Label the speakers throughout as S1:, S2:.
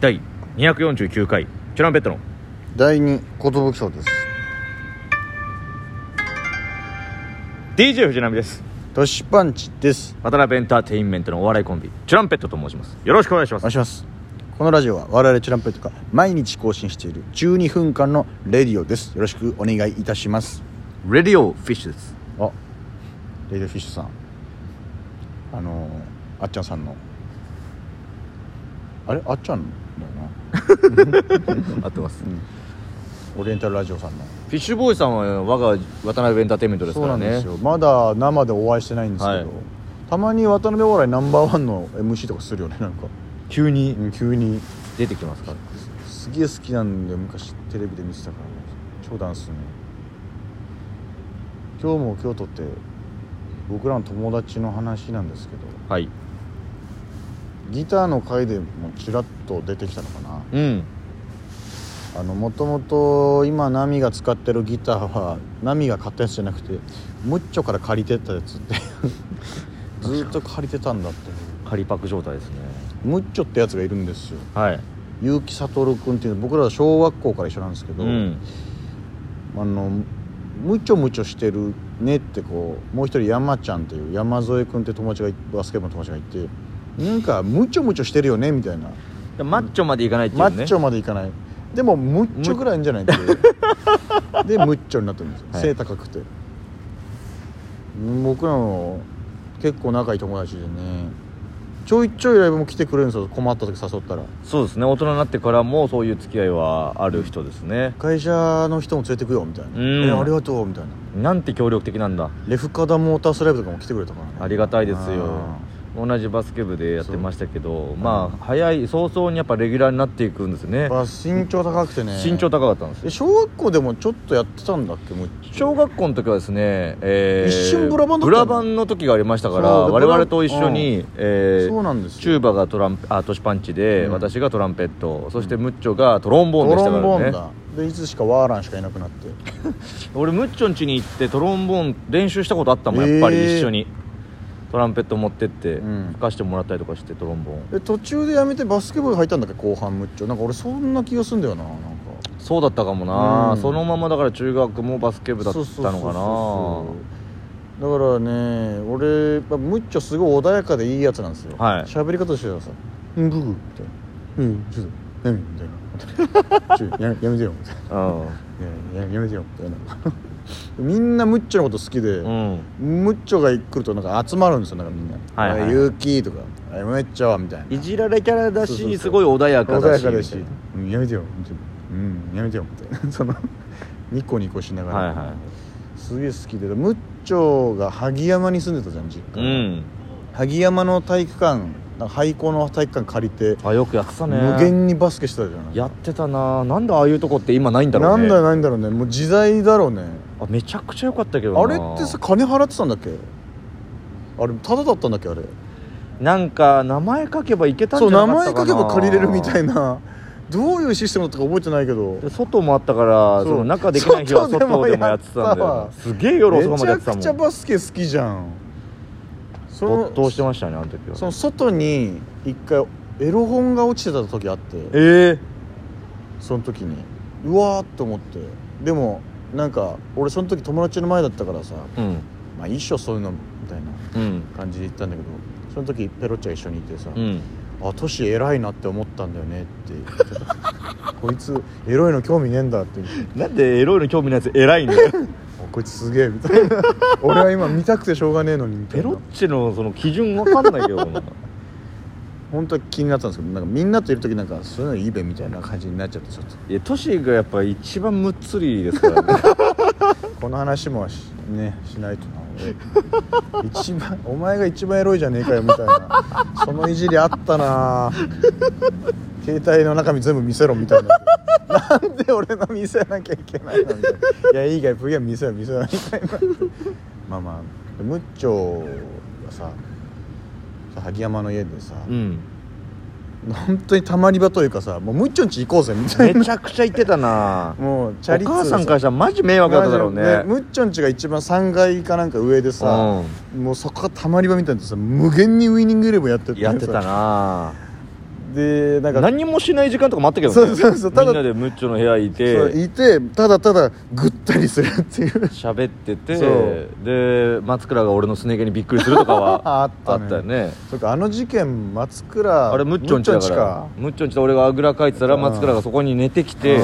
S1: 第249回チュランペットの
S2: 第二寿賞です
S1: DJ 藤波です
S2: トシパンチです
S1: 渡辺エンターテインメントのお笑いコンビチュランペットと申しますよろしくお願いしま
S2: お
S1: す
S2: 願いしますこのラジオは我々チュランペットが毎日更新している12分間のレディオですよろしくお願いいたします
S1: レディオフィッシュです
S2: あレイドフィッシュさんあのー、あっちゃんさんのあれあっちゃんだよな
S1: 合ってます
S2: オリエンタルラジオさんの
S1: フィッシュボーイさんは我が渡辺エンターテインメントです
S2: そ
S1: から
S2: うなん
S1: ね
S2: ですよまだ生でお会いしてないんですけど、
S1: はい
S2: たまに渡辺お笑いナンバーワンの MC とかするよねなんか
S1: 急に
S2: うん急に
S1: 出てきますから
S2: すげえ好きなんだよ昔テレビで見てたから超ダンスね今日も京都って僕らの友達の話なんですけど
S1: はい
S2: ギターの回でもちらっと出てきたのかな
S1: うん
S2: あのもともと今ナミが使ってるギターはナミが買ったやつじゃなくてムッチョから借りてったやつって ずっと借りてたんだって
S1: 仮パク状態ですね
S2: ムッチョってやつがいるんですよ
S1: はい
S2: 結城悟君っていう僕ら小学校から一緒なんですけ
S1: う
S2: ど、
S1: ん
S2: あのむちょむちょしてるねってこうもう一人山ちゃんっていう山添君って友達がいバスケ部の友達がいてなんかむちょむちょしてるよねみたいな、
S1: マッチョまでいかないっていう
S2: マ
S1: ね
S2: ッチョまでいかないでもむっちょぐらいいいんじゃないっていう でむっちょになってるんですよ、
S1: はい
S2: 背高くて僕らの結構仲いい友達でねちょいちょいライブも来てくれるんですよ困った時誘ったら
S1: そうですね大人になってからもそういう付き合いはある人ですね
S2: 会社の人も連れてくよみたいな
S1: うん
S2: えありがとう」みたいな
S1: なんて協力的なんだ
S2: レフカダモータースライブとかも来てくれたからね
S1: ありがたいですよ
S2: あ
S1: 同じバスケ部でやってましたけどまあ早い早々にやっぱレギュラーになっていくんですね
S2: ーやっぱ身長高くてね
S1: 身長高かったんですよ
S2: え小学校でもちょっとやってたんだっけもう
S1: 小学校の時はですね、えー
S2: 一瞬ブラバンだった
S1: ブ
S2: の
S1: ラバンの時がありましたから
S2: そう
S1: 我
S2: で
S1: 々と一緒に、
S2: う
S1: えー
S2: そうなんですよ
S1: チューバがトランあトシパンチで、
S2: うん
S1: 私がトランペットそしてムッチョがトロンボーン
S2: ド
S1: でし
S2: ロ
S1: た
S2: ンボーン
S1: からね
S2: だでいつしかワーランしかいなくなって
S1: 俺ムッチョん家に行ってトロンボーン練習したことあったもんやっぱ
S2: え
S1: り
S2: ー
S1: 一緒に、トランペット持ってって、
S2: うん
S1: 吹かしてもらったりとかしてトロンボーン
S2: で途中でやめてバスケ部入ったんだっけ後半むっちょなんか俺そんな気がすんだよななんか
S1: そうだったかもな、
S2: うん
S1: そのままだから中学もバスケ部だった
S2: そう
S1: の
S2: そうそう
S1: か
S2: そうだからね俺やっぱむっちょすごい穏やかでいいやつなんですよ
S1: はい
S2: 喋り方としてはさ「うんブー」みたいな「うんちょっと何?」みたいな「ちょやめやめてよ」みたいな
S1: な
S2: やややめてよみたいな みんなムッチョのこと好きで、
S1: うん、うん、
S2: ムッチョが来るとなんか集まるんですよなんかみんな「
S1: はいはいはい
S2: おユーキー」とか「おいムッチョ」みたいない
S1: じられキャラだし
S2: そうそうそう
S1: すごい穏やか
S2: 穏
S1: だ
S2: や
S1: し
S2: かだし「うんやめてよ」みたいなうんやめてよ」みたいな そのニコニコしながら、
S1: はいは
S2: すげえ好きでムッチョが萩山に住んでたじゃん実
S1: い、う
S2: 家、
S1: ん、
S2: 萩山の体育館なんか廃校の体育館借りて
S1: あよくやってたね
S2: 無限にバスケしてたじゃない
S1: やってたななんでああいうとこって今ないんだろう
S2: な
S1: ね
S2: んだよないんだろうねもう時代だろうね
S1: あめちゃくちゃ良かったけどな
S2: あれってさ金払ってたんだっけあれタダだったんだっけあれ
S1: なんか名前書けばいけたんじ
S2: そ
S1: ゃ
S2: う
S1: なか
S2: 名
S1: ったかな
S2: 前書けば借りれるみたい
S1: な
S2: などういうシステムだったか覚えてないけど
S1: で外もあったから
S2: そ
S1: そうの中できない日は
S2: 外で
S1: 外
S2: も
S1: でもやってたんだ
S2: や
S1: よな
S2: った
S1: すげえ夜遅
S2: め
S1: くま
S2: ち
S1: でや
S2: ゃ
S1: ってた
S2: くちゃ
S1: もん
S2: バスケ好きじゃんそ
S1: 没頭して
S2: の
S1: ましたねあの時は
S2: その外に一回エロ本が落ちてた時あって
S1: ええ
S2: その時にうわーっと思ってでもなんか俺その時友達の前だったからさ
S1: うん
S2: まあ一緒そういうのみたいな
S1: うん
S2: 感じで言ったんだけどその時ペロッチャ一緒にいてさ、
S1: うん
S2: あトシ偉いなって思ったんだよねって言ってたこいつエロいの興味ねえんだって言って
S1: なんでエロいの興味ないやつ偉いんだ よ
S2: あこいつすげえみたいな俺は今見たくてしょうがねえのにみた
S1: ペ
S2: い
S1: ロ
S2: な
S1: ッチのその基準わかんないけどな
S2: 本当は気になってたんですけどなんかみんなといる時なんかそういうのいいべみたいな感じになっちゃってちょっと
S1: いやトシがやっぱ一番むっつりですからね
S2: この話もしねしないとな俺 一番お前が一番エロいじゃねえかよみたいなそのいじりあったな携帯の中身全部見せろみたいななんで俺の見せなきゃいけないのみたいないやいいから VM 見せろ見せろみたいなまあまあムッチョがさ萩山の家でさ、
S1: うん
S2: 本当にたまり場というかさもうムッチョンち行こうぜみたい
S1: め
S2: な
S1: ちゃくちゃ言ってたな
S2: もうチャ
S1: お
S2: リ
S1: 母さんかららしたらマジ迷惑だっただろうね
S2: ムッチョンちが一番3階かなんか上でさ、もうそこがたまり場みたいなのさ無限にウイニングイレブンやって
S1: うんやってた
S2: さ
S1: な
S2: でなんか
S1: 何もしない時間とかもあったけどね
S2: そうそうそうただ
S1: みんなでムッチョの部屋い
S2: そう
S1: て
S2: いてただただぐったりするっていう
S1: 喋ってて
S2: そう
S1: で松倉が俺のすね毛にびっくりするとかは
S2: あ
S1: あ
S2: っ
S1: ったた
S2: ね
S1: ね
S2: そうかあの事件松倉
S1: あれムッチョンちだからムッチョンちだ俺があぐらかいてたら
S2: うん
S1: 松倉がそこに寝てきて
S2: うん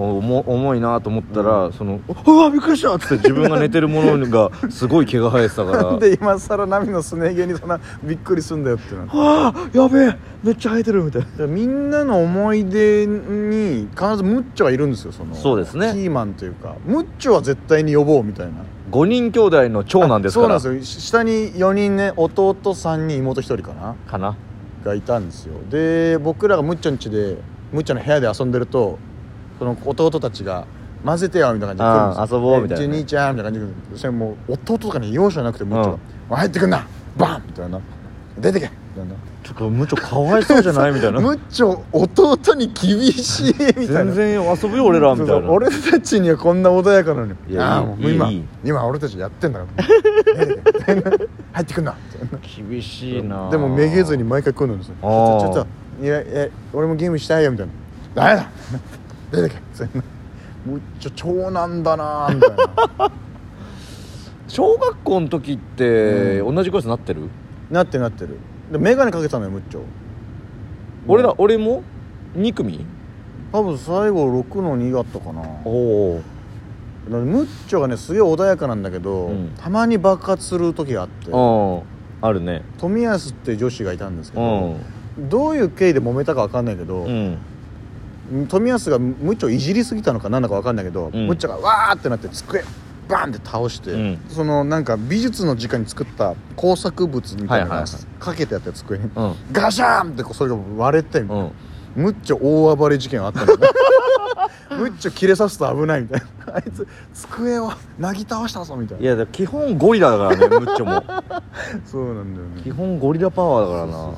S1: お重重いなと思ったら、その「うわびっくりした!」っつって自分が寝てるものがすごい毛が生えてたから
S2: なん で今更ナミのすね毛にそんなびっくりすんだよってな
S1: ああやべえめっちゃ生えてるみたいな
S2: みんなの思い出に必ずムッチョがいるんですよその
S1: そうですね
S2: キーマンというかムッチョは絶対に呼ぼうみたいな
S1: 5人兄弟の長男ですから
S2: そうなんですよし下に4人ね弟3人妹1人かな
S1: かな
S2: がいたんですよで僕らがむっちゃん家でむっちゃんの部屋で遊んでるとその弟たちが「混ぜてよ」みたいな感じで来るんですよ
S1: あー遊ぼうみたいな
S2: でじい兄ちゃん」みたいな感じで来るそれもう弟とかに容赦なくてむっちゃんが
S1: うん
S2: 「おい入ってくんなバン!」みたいな「出てけ!」みたいな
S1: ちょっとムッチョかわいそうじゃないみ たいな
S2: むっちゃん弟に厳しいみたいな
S1: 全然遊ぶよ俺らみた
S2: そう
S1: い
S2: そ
S1: な
S2: う俺たちにはこんな穏やかなのに
S1: いや
S2: ああ
S1: いい
S2: もう今
S1: いいいい
S2: 今俺たちやってんだから出てけみたいな入ってくんなみたいな
S1: 厳しいな
S2: でもめげずに毎回来るんですよち
S1: あ
S2: ょ
S1: ー
S2: ちょっといやいや俺もゲームしたいよみたいな「ダメだ出てけ」そんなもうちょ長男だなみたいな
S1: 小学校の時って同じコースになってる、
S2: なってなってるで眼鏡かけたのよむっちょ
S1: 俺ら俺も2組
S2: 多分最後6の2だったかな
S1: おお
S2: だからむっちょがねすげえ穏やかなんだけど、
S1: うん
S2: たまに爆発する時があって
S1: うんあるね
S2: 富安って女子がいたんですけ
S1: う
S2: ど、
S1: ん
S2: どういう経緯で揉めたか分かんないけど、
S1: うん
S2: 富安がムッチョをいじりすぎたのか何だか分かんないけど、
S1: うん
S2: ムッチョがわーってなって机バーンって倒して、
S1: うん
S2: そのなんか美術の時間に作った工作物みたいなの
S1: はいはいは
S2: が
S1: い
S2: かけてあった机に
S1: うん
S2: ガシャーンってこうそれが割れて
S1: う
S2: ム
S1: ん
S2: ッチョ大暴れ事件あったの ねムッチョ切れさすと危ないみたいなあいつ机をなぎ倒したぞみたい
S1: い
S2: な
S1: やだから基本ゴリラだからね ムッチョも
S2: そうなんだよね
S1: 基本ゴリラパワーだからな
S2: そうそう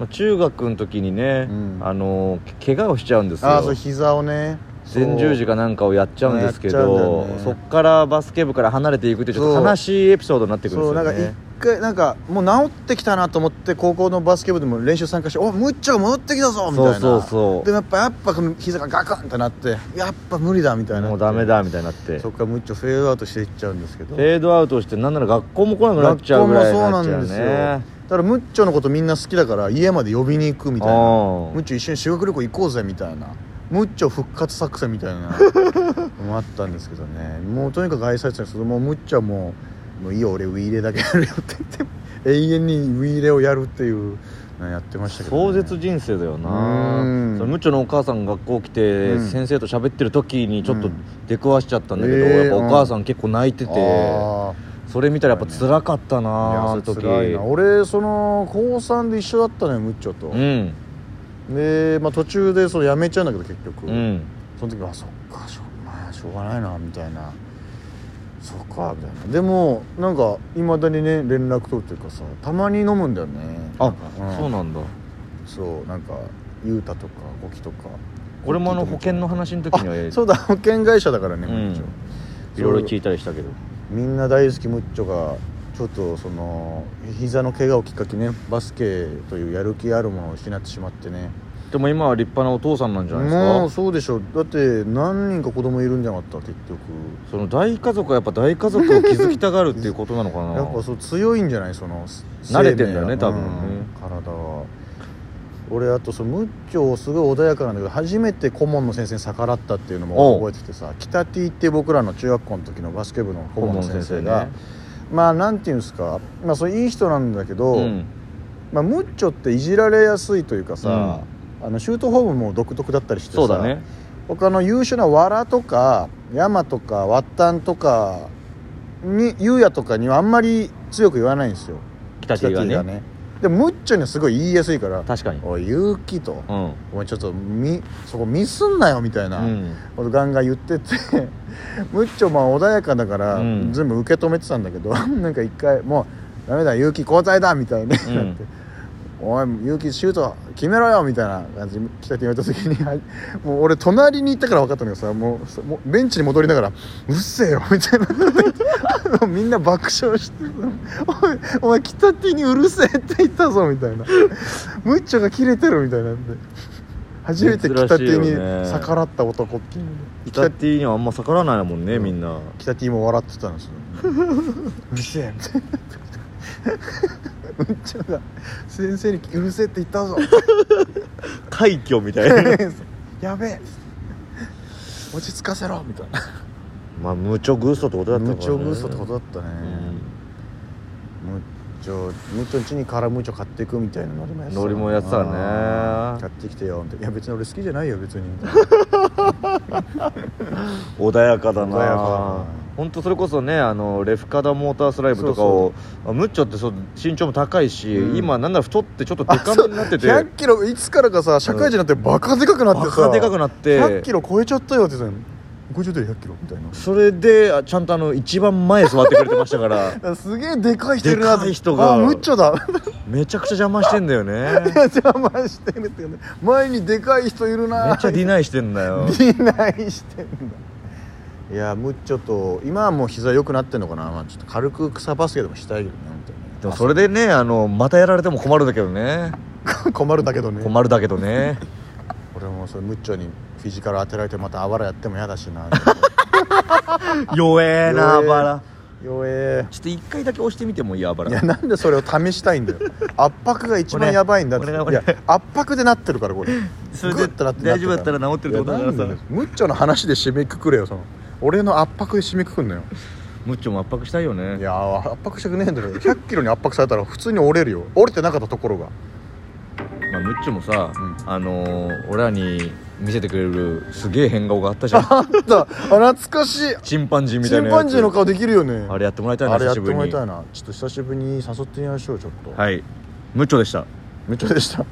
S1: まあ、中学の時にね、
S2: うん
S1: あのけ怪我をしちゃうんです
S2: そうああそう
S1: よ
S2: 膝をね
S1: 前十字
S2: が
S1: かなんかをやっちゃうんですけ
S2: やっ
S1: ど、
S2: ちゃうんだよね
S1: そっからバスケ部から離れていくっていうちょっと悲しいエピソードになってくるんで
S2: そう
S1: す
S2: なん
S1: よ
S2: か
S1: ね
S2: 一回なんかもう治ってきたなと思って高校のバスケ部でも練習参加して「おむっちゃが戻ってきたぞ」みたいな
S1: そうそうそう
S2: でもやっぱやっぱこの膝がガクンってなってやっぱ無理だみたいな
S1: もうダメだみたいになって
S2: そっからむっちゃフェードアウトしていっちゃうんですけど
S1: フェードアウトしてなんなら学校も来なくなっ
S2: 学
S1: ちゃ
S2: 校
S1: うぐ
S2: も
S1: らいに
S2: そう
S1: な
S2: な
S1: っちゃ
S2: ん
S1: う
S2: で
S1: ね
S2: すよだからむっちょのことみんな好きだから家まで呼びに行くみたいな
S1: あ
S2: むっちょ一緒に修学旅行行こうぜみたいなむっちょ復活作戦みたいなもあったんですけどねもうとにかく愛されてたんですけどもうむっちょはもう「もういいよ俺ウィーレだけやるよ」って言って永遠にウィーレをやるっていうのやってましたけど、ね、
S1: 壮絶人生だよな
S2: うん
S1: そのムッチョのお母さんが学校来て、
S2: うん
S1: 先生と喋ってる時にちょっ
S2: う
S1: と
S2: ん
S1: 出くわしちゃったんだけど、
S2: えー
S1: やっぱお母さん結構泣いてて、
S2: あ
S1: それ見たらやっぱ辛かったな
S2: ーいや
S1: あの
S2: そ
S1: 時
S2: れ辛いな俺その高3で一緒だったのよむっちょと
S1: うん
S2: で、まあ、途中でそれやめちゃうんだけど結局、
S1: うん
S2: その時はあそっかしょ,、まあ、しょうがないなみたいなそっかみたいなでもなんかいまだにね連絡取るっていうかさたまに飲むんだよね
S1: あ、
S2: うん
S1: そうなんだ
S2: そうなんか雄太とかゴキとか
S1: 俺もあの保険の話の時には
S2: あそうだ保険会社だからね、
S1: うん
S2: ムッチョ
S1: いろいろ聞いたりしたけど
S2: みんな大好きムッチョがちょっとその膝の怪我をきっかけにねバスケというやる気あるものを失ってしまってね
S1: でも今は立派なお父さんなんじゃないです
S2: もう
S1: か
S2: そうでしょだって何人か子供いるんじゃなかった結局
S1: その大家族はやっぱ大家族を築きたがるっていうことなのかな
S2: やっぱそう強いんじゃないそのす
S1: 慣れてんだよね
S2: 生命が
S1: 多分ね
S2: うん体は俺あとそのムッチョすごい穏やかなんだけど初めて顧問の先生に逆らったっていうのも
S1: おう
S2: 覚えててさ北 T って僕らの中学校の時のバスケ部の顧問の先
S1: 顧
S2: 生が
S1: 問の先
S2: まあなんていうんですかまあそれいい人なんだけど、
S1: うん
S2: まあ、ムッチョっていじられやすいというかさ、あのシュートフォームも独特だったりしてさ
S1: そうだね
S2: 他の優秀なわらとか山とかワッタンとかに優也とかにはあんまり強く言わないんですよ
S1: 北手がね
S2: 北 T でもムッチョにはすごい言いやすいから
S1: 確かに
S2: 「おい勇気」と
S1: うんうん
S2: 「お前ちょっとみそこミスんなよ」みたいなことガンガン言ってて ムッチョまあ穏やかだから、
S1: うん
S2: 全 部受け止めてたんだけど なんか一回もう「ダメだ勇気交代だ」みたいになって、
S1: うん
S2: 「おい勇気シュート決めろよ」みたいな感じで北って言われた時にはいもう俺隣に行ったから分かったのどさもうそもうベンチに戻りながら「うっせえよ」みたい なみんな爆笑して「おいお前北手にうるせえって言ったぞ」みたいな「ムッチョが切れてる」みたいなんで初めて北手
S1: 珍しい
S2: に
S1: よね
S2: 逆らった男っていうので
S1: 北ティにはあんま逆らわないもんね、みんな
S2: 北 T も笑ってたん ですようるせえみたいなむっちゃんが先生に「うるせえ」って言ったぞ
S1: 快挙みたいな
S2: やべえ落ち着かせろみたいな
S1: まあ無ちょグーストってことだったから、
S2: 無
S1: ね、
S2: 調グーストってことだったね
S1: うん
S2: 無調無調家にから無調買っていくみたいなノリもやって
S1: ノリもやってたね
S2: あー買ってきてよみたいないや別に俺好きじゃないよ別に
S1: 穏やかだな
S2: 穏やかだな
S1: 本当それこそねあのレフカダモータースライブとかをあムッチョってそう身長も高いし、
S2: うん
S1: 今なんなら太ってちょっとデカめになってて
S2: 1 0 0キロいつからかさ社会人になってバカでかくなってさ
S1: バカでかくなって
S2: 100キロ超えちゃったよって言ってたの50で100キロみたいな
S1: それであちゃんとあの一番前座ってくれてましたから
S2: あすげえでかい人いるなって
S1: でかい人が
S2: あムッチョだ
S1: めちゃくちゃ邪魔してんだよ ね
S2: いや邪魔してるっていうね前にでかい人いるな
S1: めっちゃディナイしてんだよ
S2: ディナイしてんだいやムッチョと今はもう膝良くなってんのかな、まあ、ちょっと軽く草バスケでもしたいけどね 本当に
S1: でもそれでねあのまたやられても困るんだけどね
S2: あ困るんだけどね
S1: 困るだけどね
S2: 俺もそれムッチョにフィジカル当てられてまたあばらやっても嫌だしな
S1: 弱 えなあばら
S2: 弱え
S1: ちょっと一回だけ押してみてもいいあば
S2: いや
S1: ら
S2: なんでそれを試したいんだ よ圧迫が一番やばいんだってい
S1: 俺が
S2: や
S1: 俺が
S2: 圧迫でなってるからこれ
S1: それで
S2: グッとなって
S1: 大丈夫だったら治ってるってことだからさ
S2: いやなんでよムッチョの話で締めくくれよその俺の圧迫で締めくくんのよ
S1: ムッチョも圧迫したいよ
S2: い
S1: ね
S2: やー圧迫したくねえんだよ1 0 0キロに圧迫されたら普通に折れるよ折れてなかったところが
S1: まあ、ムッチョもさ、
S2: うん
S1: あのー俺らに見せてくれるすげえ変顔があったじゃん
S2: あったあ懐かしい
S1: チンパンジーみた
S2: チ
S1: いな
S2: ン
S1: やつ
S2: パンジーの顔できるよね
S1: あれやってもらいたいな
S2: あれやっ
S1: 久し
S2: て
S1: ぶり
S2: もらい
S1: に
S2: たいなちょっと久しぶりに誘ってみましょうちょっと
S1: はいムッチョでした
S2: ムッチョでした